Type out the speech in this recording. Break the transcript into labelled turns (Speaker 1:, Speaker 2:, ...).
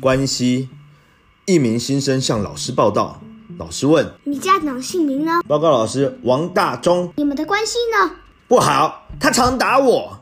Speaker 1: 关西，一名新生向老师报道，老师问
Speaker 2: 你家长姓名呢？
Speaker 1: 报告老师王大中，
Speaker 2: 你们的关系呢？
Speaker 1: 不好，他常打我。